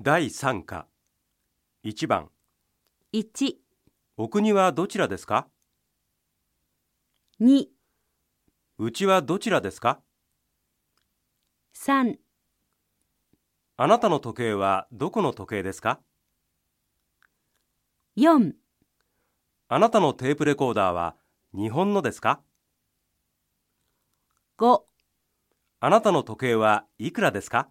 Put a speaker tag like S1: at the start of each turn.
S1: 第3課1番
S2: 1、
S1: お国はどちらですか
S2: 2、
S1: うちはどちらですか
S2: 3、
S1: あなたの時計はどこの時計ですか
S2: 4、
S1: あなたのテープレコーダーは日本のですか
S2: 5。
S1: あなたの時計はいくらですか